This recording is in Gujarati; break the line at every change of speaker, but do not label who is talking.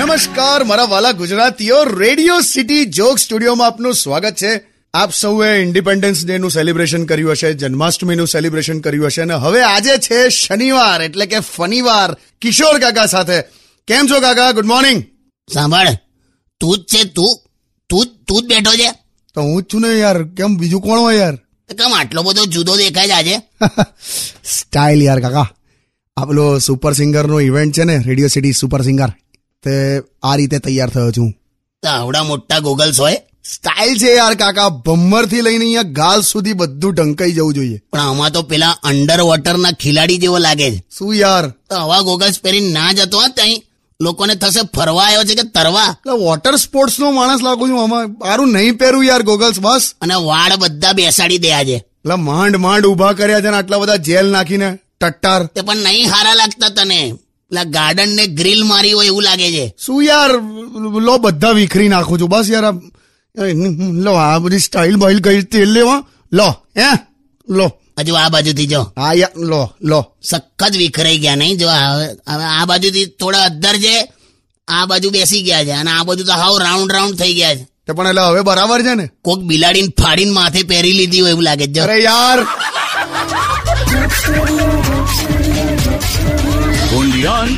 નમસ્કાર મારા વાલા ગુજરાતીઓ રેડિયો સિટી જોક સ્ટુડિયોમાં આપનું સ્વાગત છે આપ સૌએ ઇન્ડિપેન્ડન્સ ડે નું સેલિબ્રેશન કર્યું હશે જન્માષ્ટમીનું સેલિબ્રેશન કર્યું હશે અને હવે આજે છે શનિવાર એટલે કે ફનીવાર કિશોર કાકા સાથે કેમ છો કાકા ગુડ મોર્નિંગ
સાંભળ તું જ છે તું તું જ- તું જ બેઠો છે
તો હું જ છું ને યાર કેમ બીજું કોણ હોય યાર
કેમ આટલો બધો જુદો દેખાય છે આજે
સ્ટાઇલ યાર કાકા આ પેલો સુપર સિંગરનો ઇવેન્ટ છે ને રેડિયો સિટી સુપર સિંગર તે આ રીતે તૈયાર થયો છું
તો આવડા મોટા ગોગલ્સ હોય
સ્ટાઇલ છે યાર કાકા ભમ્મરથી લઈને અહીંયા ગાલ સુધી બધું ઢંકાઈ જવું જોઈએ
પણ આમાં તો પેલા અંડર વોટરના ખિલાડી જેવો લાગે છે
શું યાર
તો આવા ગોગલ્સ પહેરીને ના જતો હોત ત્યાં લોકોને થશે ફરવા આવ્યો છે કે તરવા
એટલે વોટર સ્પોર્ટ્સનો માણસ લાગુ છું આમાં મારું નહીં પહેરું યાર ગોગલ્સ બસ
અને વાળ બધા બેસાડી દે આજે
એટલે માંડ માંડ ઊભા કર્યા છે ને આટલા બધા જેલ નાખીને ટટ્ટાર
તે પણ નહીં હારા લાગતા તને પેલા ગાર્ડન ને ગ્રીલ મારી હોય એવું લાગે છે
શું યાર લો બધા વિખરી નાખું છું બસ યાર આ- લો આ બધી સ્ટાઇલ બાઇલ કઈ તેલ લેવા લો હે લો
હજુ આ બાજુથી જો
હા યાર લો લો
સખત વિખરાઈ ગયા નહીં જો આ- હવે આ બાજુથી થોડા અદ્ધર છે આ બાજુ બેસી ગયા છે અને આ બાજુ તો હાવ રાઉન્ડ રાઉન્ડ થઈ ગયા છે
તે પણ એટલે હવે બરાબર છે ને
કોક બિલાડીને ફાડીને માથે પહેરી લીધી હોય એવું લાગે છે જો
અરે યાર
Undian